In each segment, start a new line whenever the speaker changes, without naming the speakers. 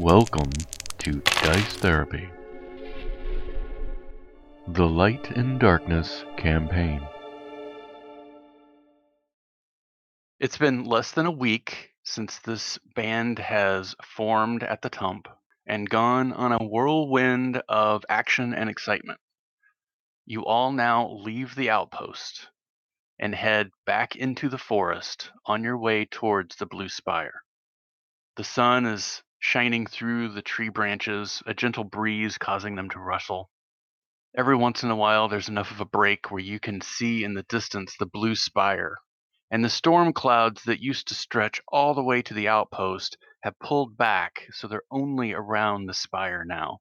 Welcome to Dice Therapy. The Light and Darkness Campaign. It's been less than a week since this band has formed at the Tump and gone on a whirlwind of action and excitement. You all now leave the outpost and head back into the forest on your way towards the Blue Spire. The sun is shining through the tree branches, a gentle breeze causing them to rustle. Every once in a while, there's enough of a break where you can see in the distance the blue spire. And the storm clouds that used to stretch all the way to the outpost have pulled back, so they're only around the spire now.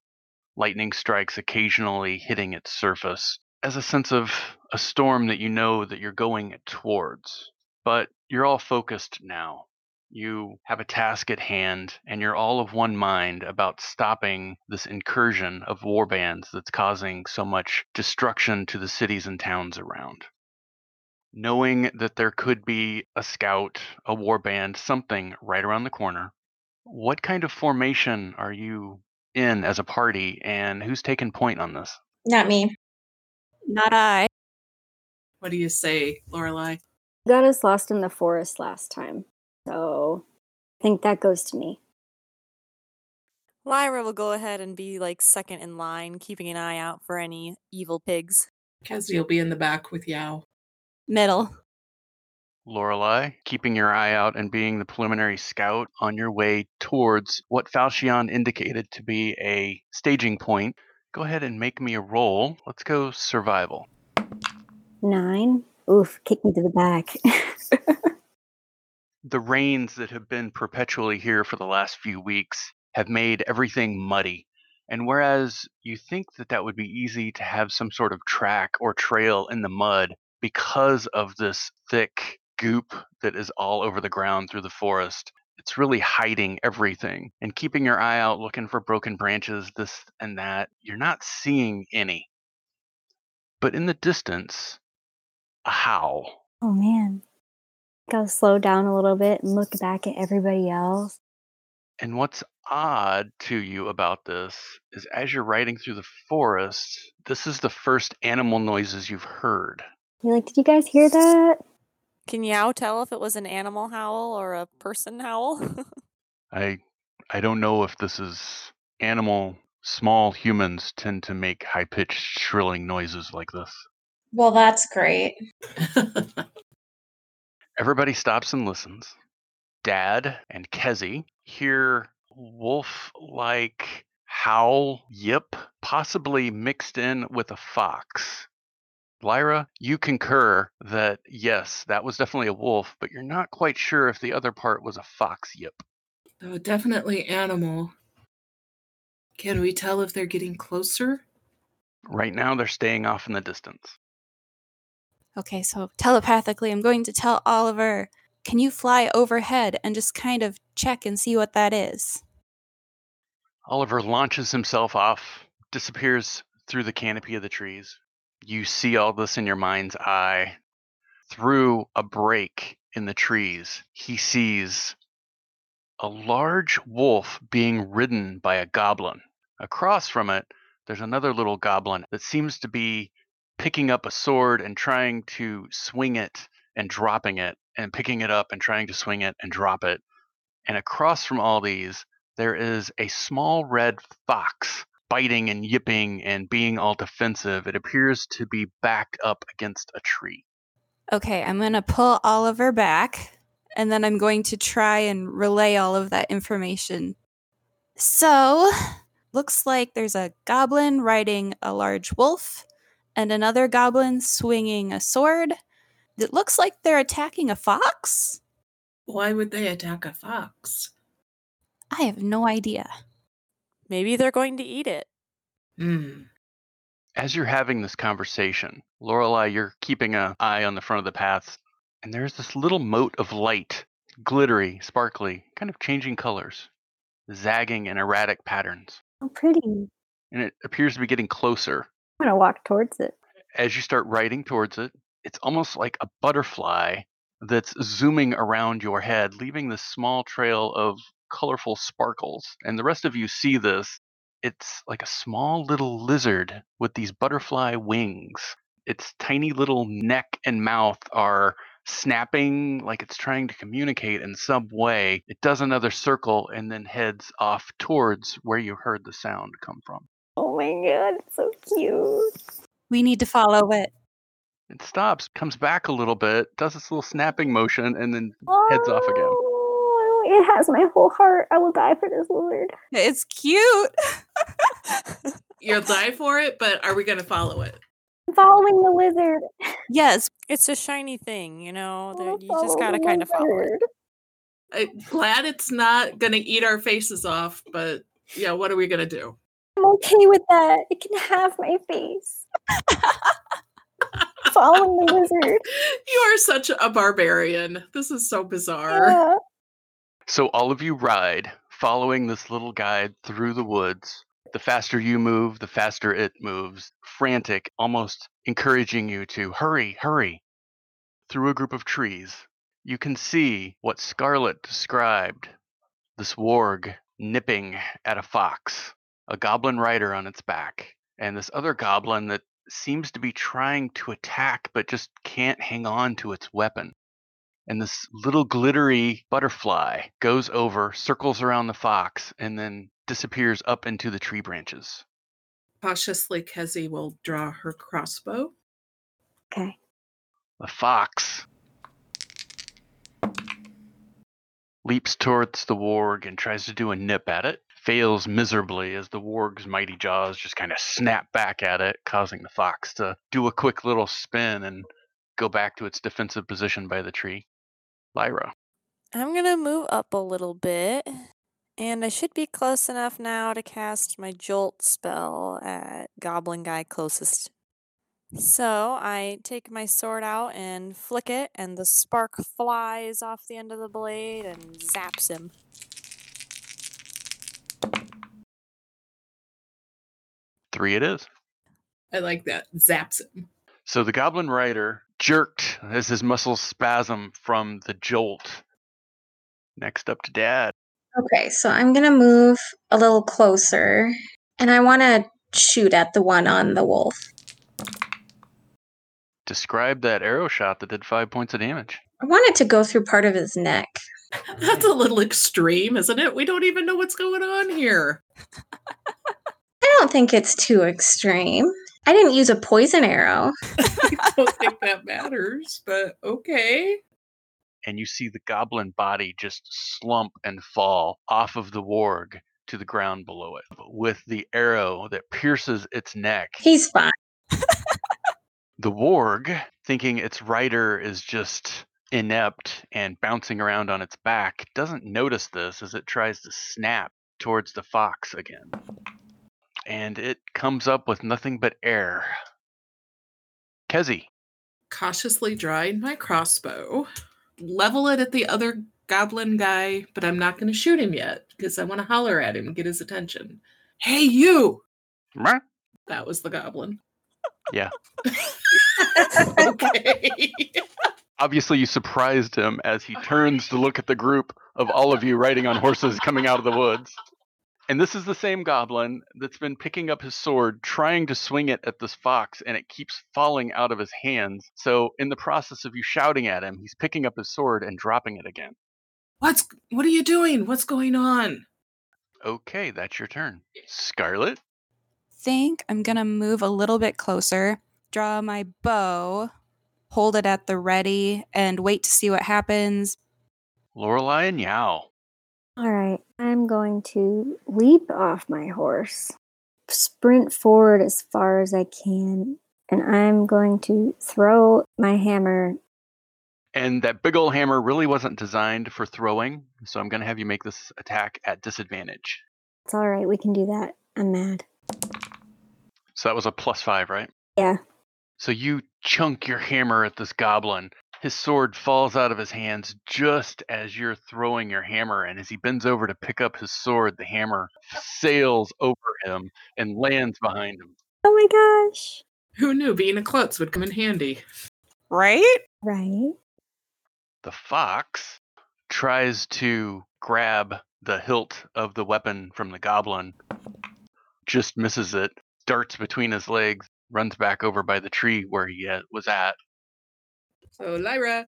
Lightning strikes occasionally hitting its surface as a sense of a storm that you know that you're going towards. But you're all focused now you have a task at hand and you're all of one mind about stopping this incursion of war bands that's causing so much destruction to the cities and towns around. Knowing that there could be a scout, a war band, something right around the corner, what kind of formation are you in as a party and who's taking point on this?
Not me.
Not I.
What do you say, Lorelai?
Got us lost in the forest last time. So I think that goes to me.
Lyra will go ahead and be like second in line, keeping an eye out for any evil pigs.
Kesney will be in the back with Yao.
Middle.
Lorelei, keeping your eye out and being the preliminary scout on your way towards what Falchion indicated to be a staging point. Go ahead and make me a roll. Let's go survival.
Nine. Oof, kick me to the back.
the rains that have been perpetually here for the last few weeks have made everything muddy. And whereas you think that that would be easy to have some sort of track or trail in the mud because of this thick goop that is all over the ground through the forest, it's really hiding everything. And keeping your eye out looking for broken branches, this and that, you're not seeing any. But in the distance, a howl.
oh man. Gotta slow down a little bit and look back at everybody else.
And what's odd to you about this is as you're riding through the forest, this is the first animal noises you've heard.
You're like, did you guys hear that?
Can Yao tell if it was an animal howl or a person howl?
I I don't know if this is animal small humans tend to make high pitched shrilling noises like this.
Well, that's great.
Everybody stops and listens. Dad and Kezi hear wolf like howl, yip, possibly mixed in with a fox. Lyra, you concur that yes, that was definitely a wolf, but you're not quite sure if the other part was a fox yip.
so Oh, definitely animal. Can we tell if they're getting closer?
Right now, they're staying off in the distance.
okay, so telepathically, I'm going to tell Oliver, can you fly overhead and just kind of check and see what that is?
Oliver launches himself off, disappears through the canopy of the trees. You see all this in your mind's eye. Through a break in the trees, he sees a large wolf being ridden by a goblin. Across from it, there's another little goblin that seems to be picking up a sword and trying to swing it and dropping it, and picking it up and trying to swing it and drop it. And across from all these, there is a small red fox biting and yipping and being all defensive. It appears to be backed up against a tree.
Okay, I'm going to pull Oliver back and then I'm going to try and relay all of that information. So, looks like there's a goblin riding a large wolf and another goblin swinging a sword. It looks like they're attacking a fox.
Why would they attack a fox?
I have no idea. Maybe they're going to eat it.
Hmm.
As you're having this conversation, Lorelai, you're keeping an eye on the front of the paths, and there's this little mote of light, glittery, sparkly, kind of changing colors, zagging in erratic patterns.
Oh, pretty. I'm
And it appears to be getting closer.
gonna walk towards it.
as you start riding towards it, it's almost like a butterfly that's zooming around your head, leaving this small trail of colorful sparkles. And the rest of you see this. It's like a small little lizard with these butterfly wings. Its tiny little neck and mouth are snapping like it's trying to communicate in some way. It does another circle and then heads off towards where you heard the sound come from.
Oh my god, it's so cute.
We need to follow it.
It stops, comes back a little bit, does its little snapping motion, and then Heads off again.
Oh, It has my whole heart. I will die for this lizard.
It's cute.
You'll die for it, but are we going to follow it?
I'm following the lizard.
yes.
It's a shiny thing, you know.
I'm
That you just
following
gotta
the
kind of follow it.
lizard.
I'm glad it's not going to eat our faces off, but yeah, what are we going to do?
I'm okay with that. It can have my face. following the lizard.
You are such a barbarian. This is so bizarre.
Yeah.
So all of you ride, following this little guide through the woods. The faster you move, the faster it moves, frantic, almost encouraging you to hurry, hurry. Through a group of trees, you can see what Scarlet described this warg nipping at a fox, a goblin rider on its back, and this other goblin that seems to be trying to attack but just can't hang on to its weapon and this little glittery butterfly goes over, circles around the fox, and then disappears up into the tree branches.
Cautiously, Kezi will draw her crossbow.
Okay.
The fox leaps towards the warg and tries to do a nip at it, fails miserably as the warg's mighty jaws just kind of snap back at it, causing the fox to do a quick little spin and go back to its defensive position by the tree. Lyra.
I'm gonna move up a little bit, and I should be close enough now to cast my jolt spell at goblin guy closest. So I take my sword out and flick it, and the spark flies off the end of the blade and zaps him.
Three it is.
I like that. Zaps him.
So the Goblin Rider jerked as his muscles spasm from the jolt. Next up to Dad.
Okay, so I'm going to move a little closer and I want to shoot at the one on the wolf.
Describe that arrow shot that did five points of damage.
I want it to go through part of his neck.
That's a little extreme, isn't it? We don't even know what's going on here.
I don't think it's too extreme. I didn't use a poison arrow.
I don't think that matters, but okay.
And you see the goblin body just slump and fall off of the warg to the ground below it with the arrow that pierces its neck.
He's fine.
the warg, thinking its rider is just inept and bouncing around on its back, doesn't notice this as it tries to snap towards the fox again. And it comes up with nothing but air. Kezi,
Cautiously drawing my crossbow, level it at the other goblin guy, but I'm not going to shoot him yet because I want to holler at him and get his attention. Hey, you!
Meh.
That was the goblin.
Yeah.
okay.
obviously you surprised him as he turns to look at the group of all of you riding on horses coming out of the woods. And this is the same goblin that's been picking up his sword, trying to swing it at this fox, and it keeps falling out of his hands. So, in the process of you shouting at him, he's picking up his sword and dropping it again.
What's what are you doing? What's going on?
Okay, that's your turn. Scarlet,
think I'm gonna move a little bit closer, draw my bow, hold it at the ready, and wait to see what happens.
Lorelei, and Yao.
All right, I'm going to leap off my horse, sprint forward as far as I can, and I'm going to throw my hammer.
And that big ol' hammer really wasn't designed for throwing, so I'm going to have you make this attack at disadvantage.
It's all right, we can do that. I'm mad.
So that was a plus five, right?
Yeah.
So you chunk your hammer at this goblin. His sword falls out of his hands just as you're throwing your hammer, and as he bends over to pick up his sword, the hammer sails over him and lands behind him.
Oh my gosh.
Who knew being a klutz would come in handy?
Right?
Right?
The fox tries to grab the hilt of the weapon from the goblin, just misses it, darts between his legs, runs back over by the tree where he uh, was at.
So Lyra,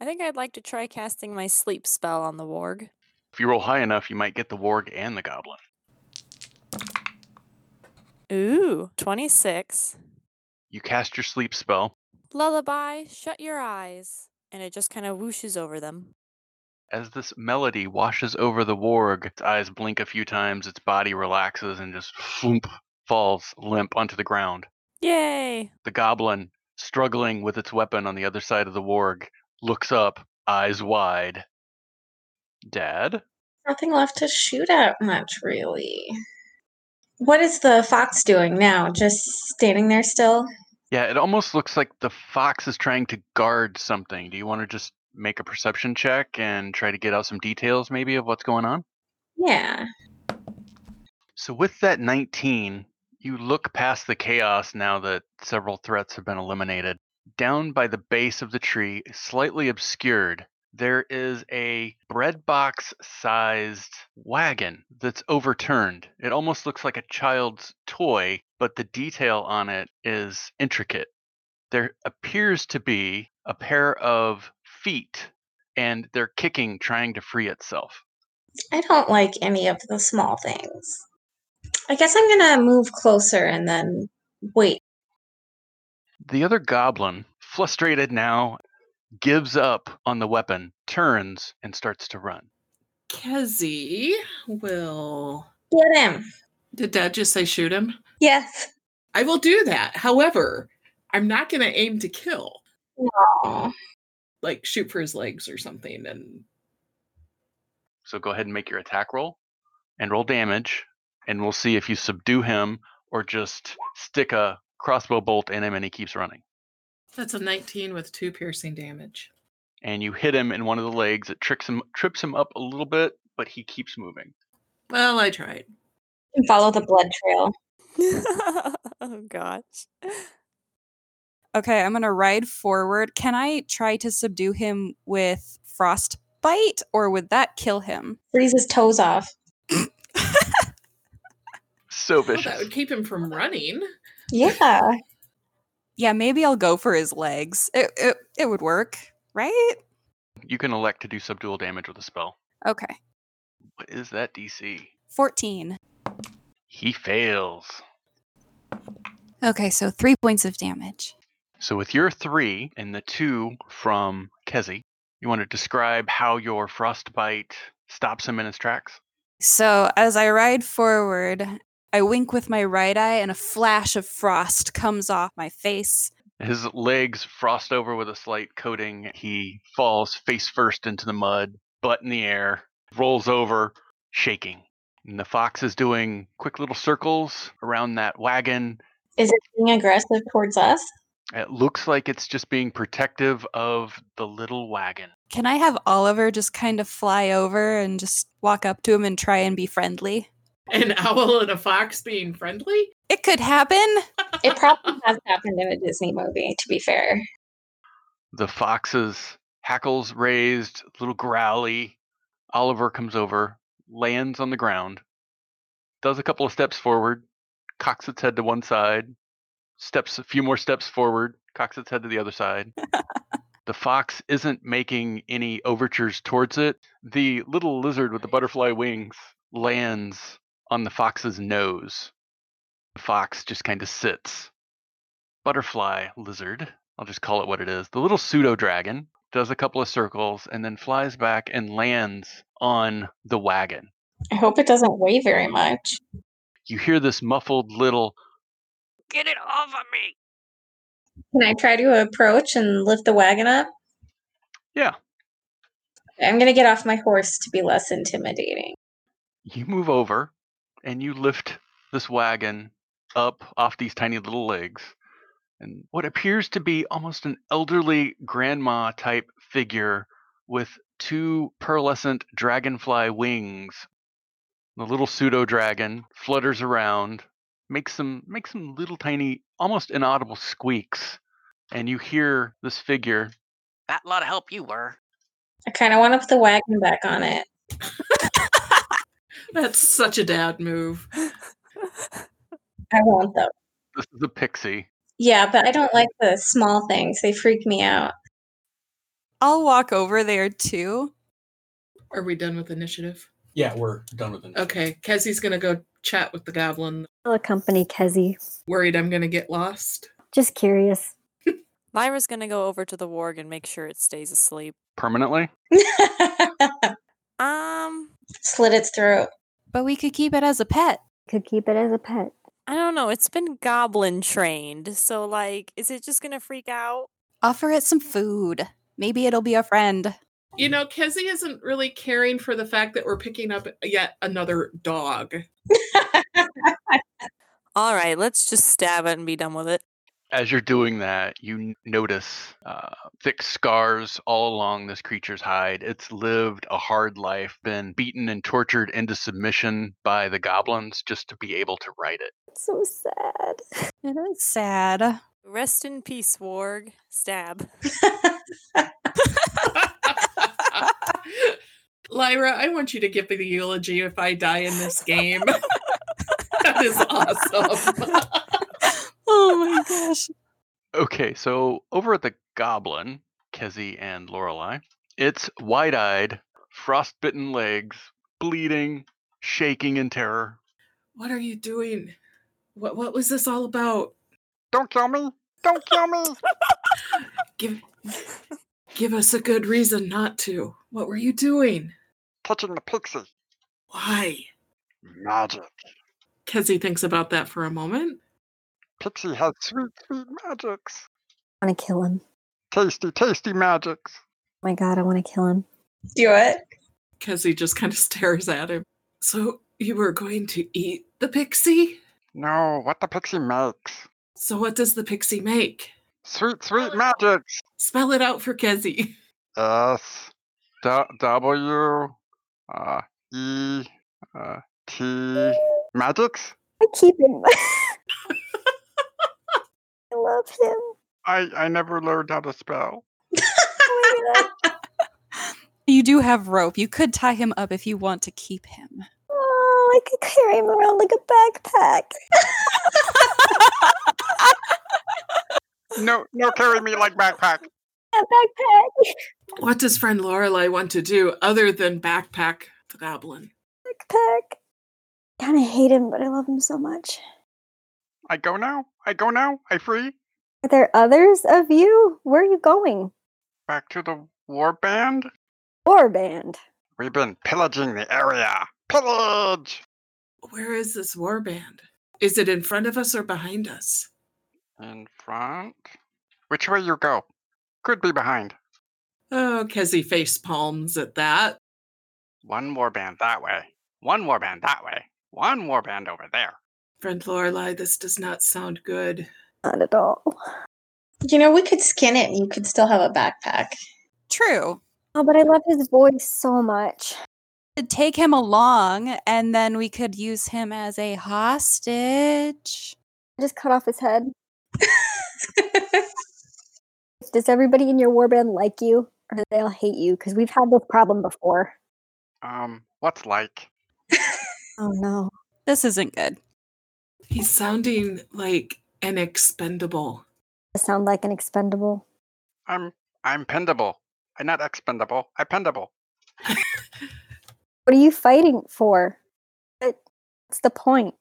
I think I'd like to try casting my sleep spell on the warg.
If you roll high enough, you might get the warg and the goblin.
Ooh, 26.
You cast your sleep spell.
Lullaby, shut your eyes. And it just kind of whooshes over them.
As this melody washes over the warg, its eyes blink a few times, its body relaxes, and just floomp, falls limp onto the ground.
Yay!
The goblin, struggling with its weapon on the other side of the warg, looks up, eyes wide. Dad?
Nothing left to shoot at much, really. What is the fox doing now? Just standing there still?
Yeah, it almost looks like the fox is trying to guard something. Do you want to just make a perception check and try to get out some details, maybe, of what's going on?
Yeah.
So, with that 19, you look past the chaos now that several threats have been eliminated. Down by the base of the tree, slightly obscured, there is a breadbox sized wagon that's overturned. It almost looks like a child's toy, but the detail on it is intricate. There appears to be a pair of feet, and they're kicking, trying to free itself.
I don't like any of the small things. I guess I'm gonna move closer and then wait.
The other goblin, frustrated now, gives up on the weapon, turns, and starts to run.
Kezzy will.
Get him.
Did Dad just say shoot him?
Yes.
I will do that. However, I'm not going to aim to kill,
Aw.
like shoot for his legs or something. And
So go ahead and make your attack roll and roll damage, and we'll see if you subdue him or just stick a crossbow bolt in him and he keeps running.
that's a 19 with two piercing damage.
And you hit him in one of the legs. It tricks him, trips him up a little bit, but he keeps moving.
Well, I tried.
And Follow the blood trail.
oh gosh.
Okay, I'm gonna ride forward. Can I try to subdue him with frostbite, or would that kill him?
Freeze his toes off.
So
Well,
vicious.
that would keep him from running.
Yeah.
Yeah, maybe I'll go for his legs. It it, it would work, right?
You can elect to do subdual damage with a spell.
Okay,
What is that DC?
fourteen.
He fails.
Okay, so three points of damage.
So with your three and the two from Kezi, you want to describe how your frostbite stops him in his tracks?
So as I ride forward, I wink with my right eye, and a flash of frost comes off my face.
His legs frost over with a slight coating. He falls face first into the mud, butt in the air, rolls over, shaking. And the fox is doing quick little circles around that wagon.
Is it being aggressive towards us?
It looks like it's just being protective of the little wagon.
Can I have Oliver just kind of fly over and just walk up to him and try and be friendly?
An owl and a fox being friendly?
It could happen.
It probably has happened in a Disney movie, to be fair.
The fox's hackles raised, little growly. Oliver comes over, lands on the ground, does a couple of steps forward, cocks its head to one side, steps a few more steps forward, cocks its head to the other side. the fox isn't making any overtures towards it. The little lizard with the butterfly wings lands on the fox's nose. The fox just kind of sits. Butterfly lizard I'll just call it what it is. The little pseudo dragon does a couple of circles and then flies back and lands on the wagon.
I hope it doesn't weigh very much.
You hear this muffled little
Get it off of me.
Can I try to approach and lift the wagon up?
Yeah.
I'm gonna get off my horse to be less intimidating.
you move over and you lift this wagon up off these tiny little legs and what appears to be almost an elderly grandma type figure with two pearlescent dragonfly wings the little pseudo dragon flutters around makes some makes some little tiny almost inaudible squeaks and you hear this figure
I kind of want to put the wagon back on it.
That's such a dad move.
I want them.
This is a pixie.
Yeah, but I don't like the small things. They freak me out.
I'll walk over there too.
Are we done with initiative?
Yeah, we're done with it.
Okay, Kezzy's gonna go chat with the goblin.
I'll accompany Kezzy.
Worried I'm gonna get lost.
Just curious.
Lyra's gonna go over to the warg and make sure it stays asleep.
Permanently?
Um,
Slit its throat.
But we could keep it as a pet.
Could keep it as a pet.
I don't know. It's been goblin trained, so like, is it just gonna freak out?
Offer it some food. Maybe it'll be a friend.
You know, Kezzy isn't really caring for the fact that we're picking up yet another dog.
All right, let's just stab it and be done with it.
As you're doing that, you n- notice uh, thick scars all along this creature's hide. It's lived a hard life, been beaten and tortured into submission by the goblins just to be able to ride it.
So sad.
It is sad.
Rest in peace, warg. Stab.
Lyra, I want you to give me the eulogy if I die in this game. that is awesome.
Oh my gosh.
Okay, so over at the Goblin, Kezzy and Lorelei, it's wide eyed, frostbitten legs, bleeding, shaking in terror.
what are you doing? What what was this all about?
Don't kill me! Don't kill me!
Give give us a good reason not to. What were you doing?
Touching the pixie.
Why?
Magic.
Kezzy thinks about that for a moment.
Pixie has sweet, sweet magics.
I want to kill him. Oh
Tasty, tasty magics.
my God, I want to kill him.
Do it.
Kezzy just kind of stares at him. So you were going to eat the pixie?
No, what the pixie makes.
So what does the pixie make?
Sweet, sweet magics.
Spell it out for Kezzy.
S du- W uh, E uh, T magics.
I keep him. I love him.
I I never learned how to spell.
Oh my God.
You do have rope. You could tie him up if you want to keep him.
Oh, I could carry him around like a backpack.
No, no, carry me like backpack.
A backpack.
What does friend Lorelei want to do other than backpack the goblin?
Backpack. Kind of hate him, but I love him so much.
I go now. I go now. I free.
Are there others of you? Where are you going?
Back to the war band.
War band.
We've been pillaging the area. Pillage.
Where is this war band? Is it in front of us or behind us?
In front. Which way you go? Could be behind.
Oh, Kezzy face palms at that.
One warband that way. One warband that way. One warband over there.
Friend Lorelei, this does not sound good.
Not at all.
You know, we could skin it and you could still have a backpack.
True.
Oh, but I love his voice so much.
Could Take him along, and then we could use him as a hostage.
I just cut off his head. Does everybody in your war band like you, or do they all hate you? Because we've had this problem before.
Um, what's like?
Oh no.
This isn't good.
He's sounding like an expendable.
I sound like an expendable.
I'm I'm pendable. I'm not expendable. I'm pendable.
What are you fighting for? What- What's the point?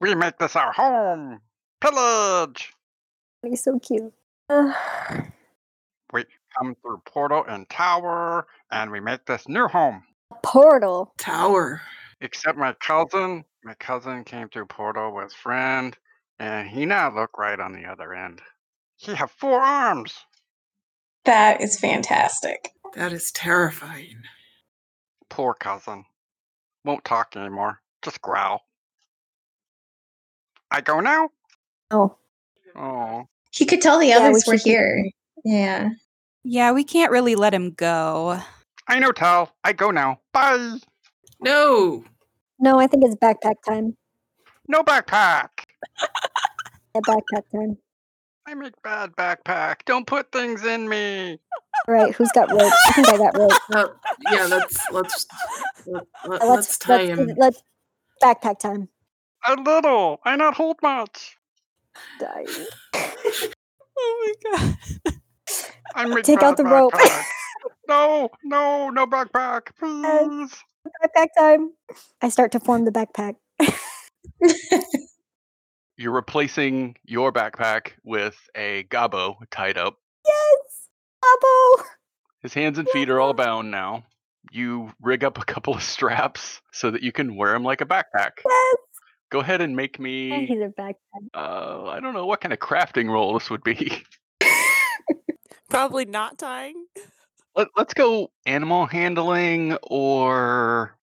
We make this our home. Pillage.
He's so cute. Ugh.
Come through portal and tower, and we make this new home.
a portal.
Tower.
Except my cousin. My cousin came through portal with friend, and he not look right on the other end. He have four arms.
that is fantastic.
That is terrifying.
Poor cousin. Won't talk anymore. Just growl. I go now?
Oh,
Oh.
He could tell the
Yeah, we
others were
should do-
here. Yeah.
Yeah, we can't really let him go.
I know Tal. I go now. Bye.
No!
no, I think it's backpack time.
No backpack.
Yeah, backpack time.
I make bad backpack. Don't put things in me.
All right, who's got rope? I think I got rope.
Uh, yeah, let's let's Let, let,
Uh,
us tie
let's,
him.
let's backpack time.
A little. I not hold much.
Dying.
Oh my god.
I'm
Take out the rope.
no, no, no backpack, please.
backpack time. I start to form the backpack.
You're replacing your backpack with a gobbo tied up.
Yes, Abo.
His hands and feet are all bound now. You rig up a couple of straps so that you can wear him like a backpack.
Yes,
Go ahead and make
I
me.
need a backpack.
Uh, I don't know what kind of crafting roll this would be.
Probably not tying.
Let, let's go animal handling or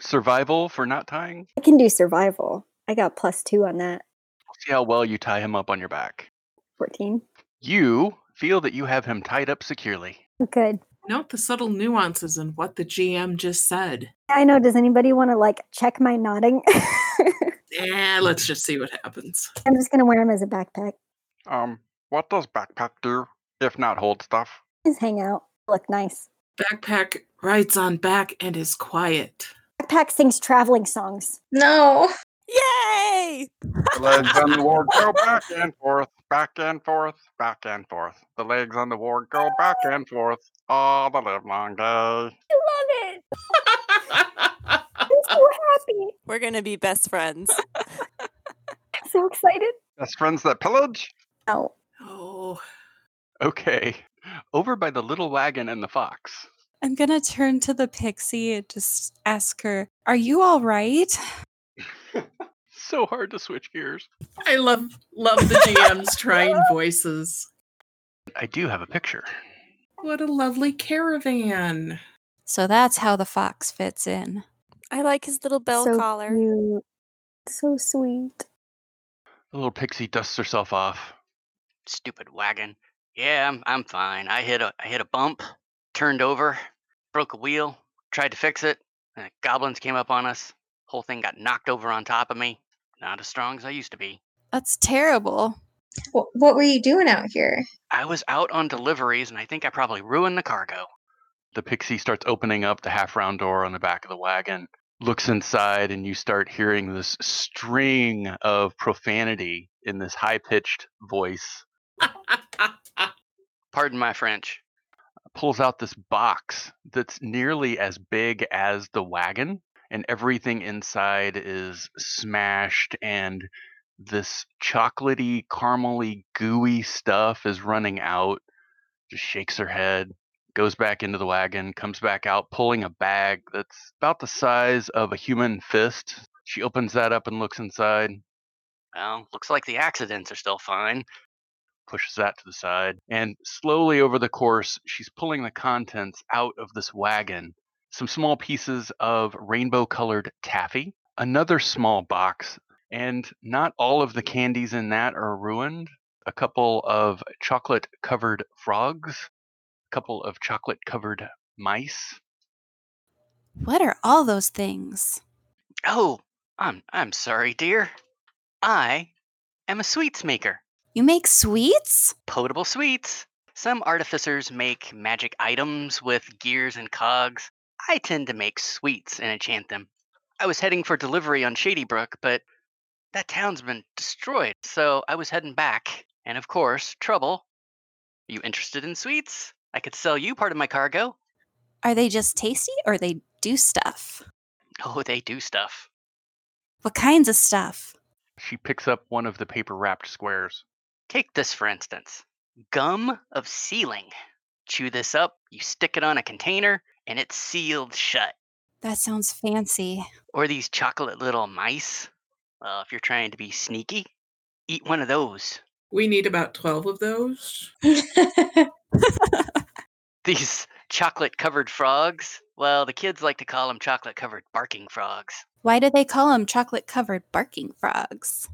survival for not tying.
I can do survival. I got plus two on that.
We'll see how well you tie him up on your back.
Fourteen.
You feel that you have him tied up securely.
Good.
Note the subtle nuances in what the GM just said.
I know. Does anybody want to like check my nodding?
Eh, let's just see what happens.
I'm just gonna wear him as a backpack.
Um, what does backpack do if not hold stuff?
Just hang out. Look nice.
Backpack rides on back and is quiet.
Backpack sings traveling songs.
No.
Yay!
The legs on the ward go back and forth, back and forth, back and forth. The legs on the ward go back and forth all the live long day.
I love it. I'm so happy.
We're gonna be best friends.
So excited.
Best friends that pillage?
Oh,
oh,
Okay. Over by the little wagon and the fox.
I'm going to turn to the pixie and just ask her, Are you all right?
So hard to switch gears.
I love love the GM's trying voices.
I do have a picture.
What a lovely caravan.
So that's how the fox fits in.
I like his little bell
so
collar.
cute. So sweet.
The little pixie dusts herself off.
Stupid wagon. Yeah, I'm I'm fine. I hit a I hit a bump, turned over, broke a wheel, tried to fix it, and the goblins came up on us. Whole thing got knocked over on top of me. Not as strong as I used to be.
That's terrible.
What, what were you doing out here?
I was out on deliveries and I think I probably ruined the cargo.
The pixie starts opening up the half round door on the back of the wagon, looks inside, and you start hearing this string of profanity in this high pitched voice.
Pardon my French.
pulls out this box that's nearly as big as the wagon, and everything inside is smashed, and this chocolatey, caramely, gooey stuff is running out. Just shakes her head, goes back into the wagon, comes back out, pulling a bag that's about the size of a human fist. She opens that up and looks inside,
Well, looks like the accidents are still fine.
pushes that to the side. And slowly over the course, she's pulling the contents out of this wagon some small pieces of rainbow colored taffy, another small box, and not all of the candies in that are ruined. A couple of chocolate covered frogs, a couple of chocolate covered mice.
What are all those things?
Oh, I'm I'm sorry, dear. I am a sweets maker.
You make sweets?
potable sweets. Some artificers make magic items with gears and cogs. I tend to make sweets and enchant them. I was heading for delivery on Shady Brook, but that town's been destroyed, so I was heading back. And of course, trouble. You interested in sweets? I could sell you part of my cargo.
Are they just tasty or they do stuff?
Oh, they do stuff.
What kinds of stuff?
She picks up one of the paper wrapped squares.
Take this for instance gum of sealing. Chew this up, you stick it on a container, and it's sealed shut.
That sounds fancy.
Or these chocolate little mice. Well, if you're trying to be sneaky, eat one of those.
We need about 12 of those.
These chocolate covered frogs. Well, the kids like to call them chocolate covered barking frogs.
Why do they call them chocolate covered barking frogs?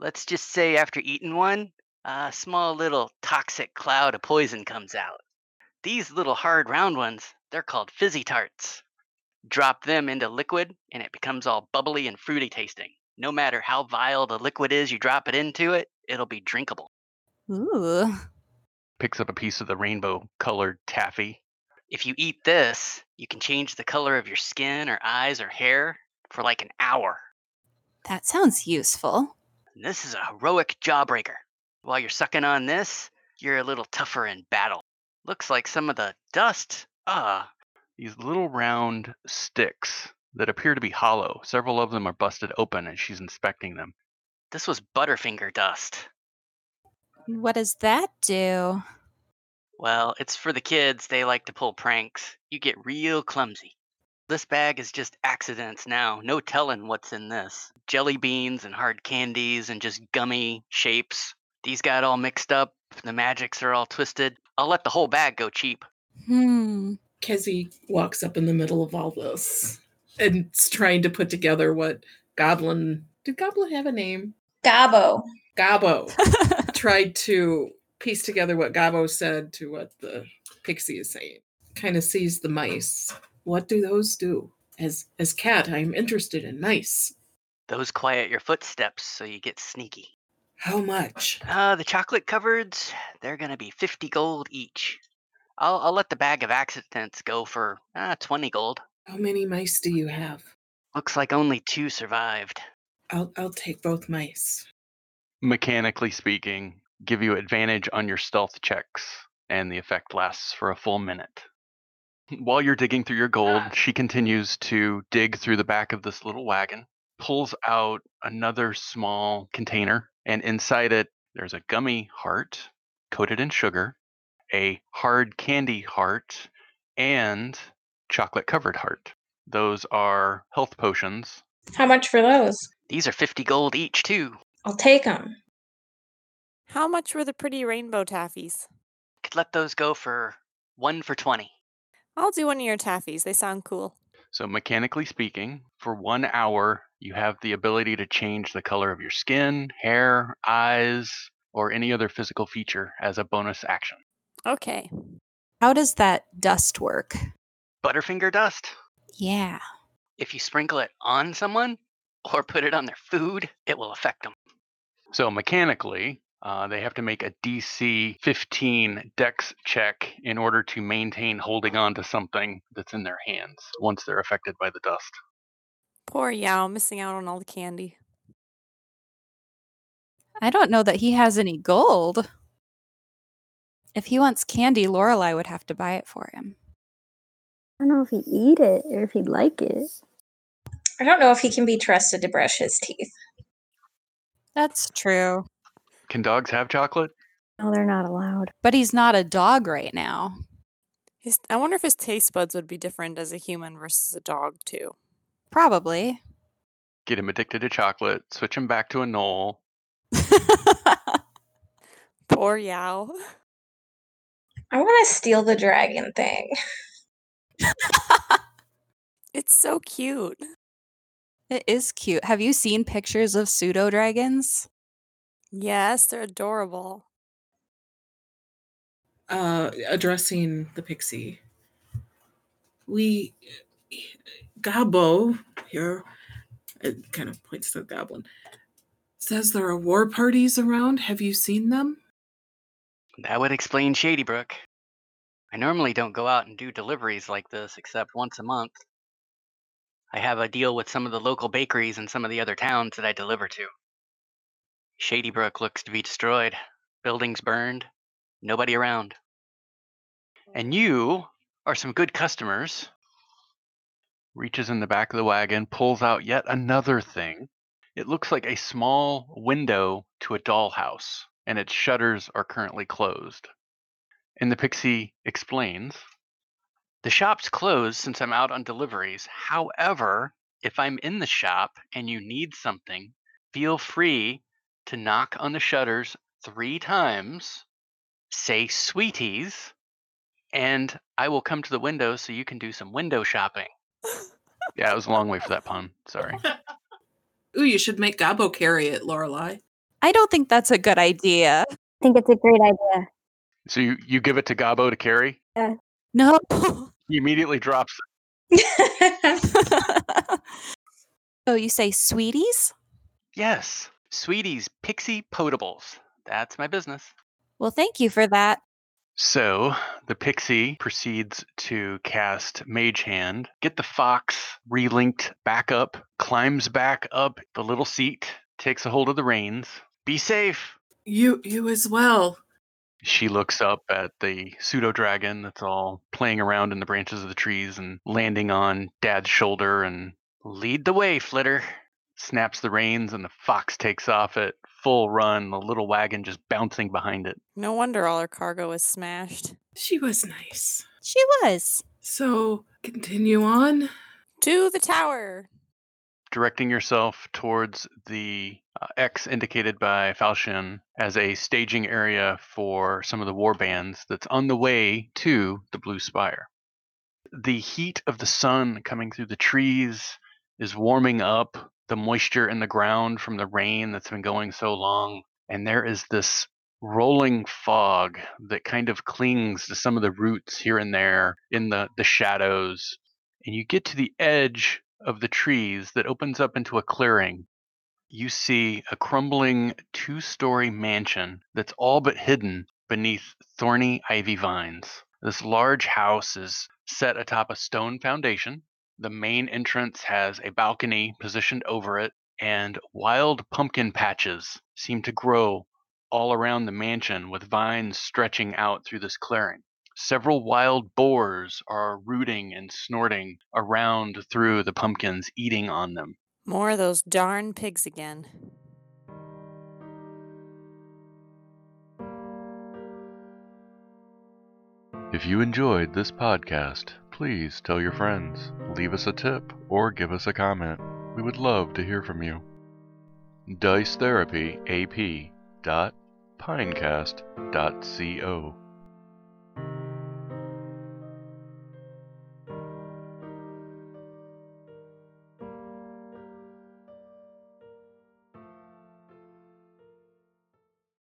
Let's just say after eating one, a small little toxic cloud of poison comes out. These little hard round ones, they're called fizzy tarts. Drop them into liquid and it becomes all bubbly and fruity tasting. No matter how vile the liquid is you drop it into it, it'll be drinkable.
Ooh.
Picks up a piece of the rainbow colored taffy.
If you eat this, you can change the color of your skin or eyes or hair for like an hour.
That sounds useful.
And this is a heroic jawbreaker. While you're sucking on this, you're a little tougher in battle. Looks like some of the dust. Ah,
These little round sticks that appear to be hollow. Several of them are busted open and she's inspecting them.
this was butterfinger dust.
What does that do?
Well, it's for the kids. They like to pull pranks. You get real clumsy. This bag is just accidents now. No telling what's in this. Jelly beans and hard candies and just gummy shapes. These got all mixed up. The magics are all twisted. I'll let the whole bag go cheap.
Hmm.
Kezzy walks up in the middle of all this and is trying to put together what Goblin did Goblin have a name?
Gabo.
Gabo tried to piece together what Gabo said to what the pixie is saying. Kind of sees the mice. What do those do? As as cat, I'm interested in mice.
Those quiet your footsteps so you get sneaky.
How much?
Uh, the chocolate cupboards, they're going to be 50 gold each. I'll, I'll let the bag of accidents go for uh, 20 gold.
How many mice do you have?
Looks like only two survived.
I'll I'll take both mice.
Mechanically speaking, give you advantage on your stealth checks, and the effect lasts for a full minute. While you're digging through your gold, she continues to dig through the back of this little wagon, pulls out another small container, and inside it, there's a gummy heart coated in sugar, a hard candy heart, and chocolate covered heart. Those are health potions.
How much for those?
These are 50 gold each, too.
I'll take them.
How much were the pretty rainbow taffies?
Could let those go for one for 20.
I'll do one of your taffies. They sound cool.
So, mechanically speaking, for one hour, you have the ability to change the color of your skin, hair, eyes, or any other physical feature as a bonus action.
Okay.
How does that dust work?
Butterfinger dust.
Yeah.
If you sprinkle it on someone or put it on their food, it will affect them.
So, mechanically, uh, they have to make a DC 15 dex check in order to maintain holding on to something that's in their hands once they're affected by the dust.
Poor Yao missing out on all the candy.
I don't know that he has any gold. If he wants candy, Lorelei would have to buy it for him.
I don't know if he'd eat it or if he'd like it.
I don't know if he can be trusted to brush his teeth.
That's true.
Can dogs have chocolate?
No, they're not allowed.
But he's not a dog right now.
His, I wonder if his taste buds would be different as a human versus a dog, too.
Probably.
Get him addicted to chocolate, switch him back to a knoll.
Poor Yao.
I want to steal the dragon thing.
It's so cute.
it is cute. Have you seen pictures of pseudo dragons?
Yes, they're adorable.
uh, addressing the pixie. We, Gabo here, it kind of points to the goblin, says there are war parties around. Have you seen them?
That would explain Shady Brook. I normally don't go out and do deliveries like this except once a month. I have a deal with some of the local bakeries in some of the other towns that I deliver to. Shady Brook looks to be destroyed, buildings burned, nobody around. And you are some good customers.
reaches in the back of the wagon, pulls out yet another thing. It looks like a small window to a dollhouse, and its shutters are currently closed. And the pixie explains
The shop's closed since I'm out on deliveries. However, if I'm in the shop and you need something, feel free to knock on the shutters three times, say sweeties, and I will come to the window so you can do some window shopping.
Yeah, it was a long way for that pun. Sorry.
Ooh, you should make Gabo carry it, Lorelai.
I don't think that's a good idea.
I think it's a great idea.
So you, you give it to Gabo to carry.
No.
He immediately drops it.
so you say sweeties?
Yes, sweeties, pixie potables. That's my business.
Well, thank you for that.
So the pixie proceeds to cast Mage Hand, get the fox relinked back up, climbs back up the little seat, takes a hold of the reins. Be safe.
You you as well.
She looks up at the pseudo dragon that's all playing around in the branches of the trees and landing on Dad's shoulder and
Lead the way, Flitter.
snaps the reins, and the fox takes off at full run, the little wagon just bouncing behind it.
No wonder all her cargo is smashed.
She was nice.
She was.
So continue on.
To the tower.
directing yourself towards the uh, X indicated by Falchion as a staging area for some of the war bands that's on the way to the Blue Spire. The heat of the sun coming through the trees is warming up the moisture in the ground from the rain that's been going so long, and there is this rolling fog that kind of clings to some of the roots here and there in the, the shadows and you get to the edge of the trees that opens up into a clearing. You see a crumbling two story mansion that's all but hidden beneath thorny ivy vines. This large house is set atop a stone foundation. The main entrance has a balcony positioned over it, and wild pumpkin patches seem to grow all around the mansion with vines stretching out through this clearing. Several wild boars are rooting and snorting around through the pumpkins, eating on them.
More of those darn pigs again.
If you enjoyed this podcast, please tell your friends, leave us a tip, or give us a comment. We would love to hear from you. Dice Therapy AP dot pinecast dot co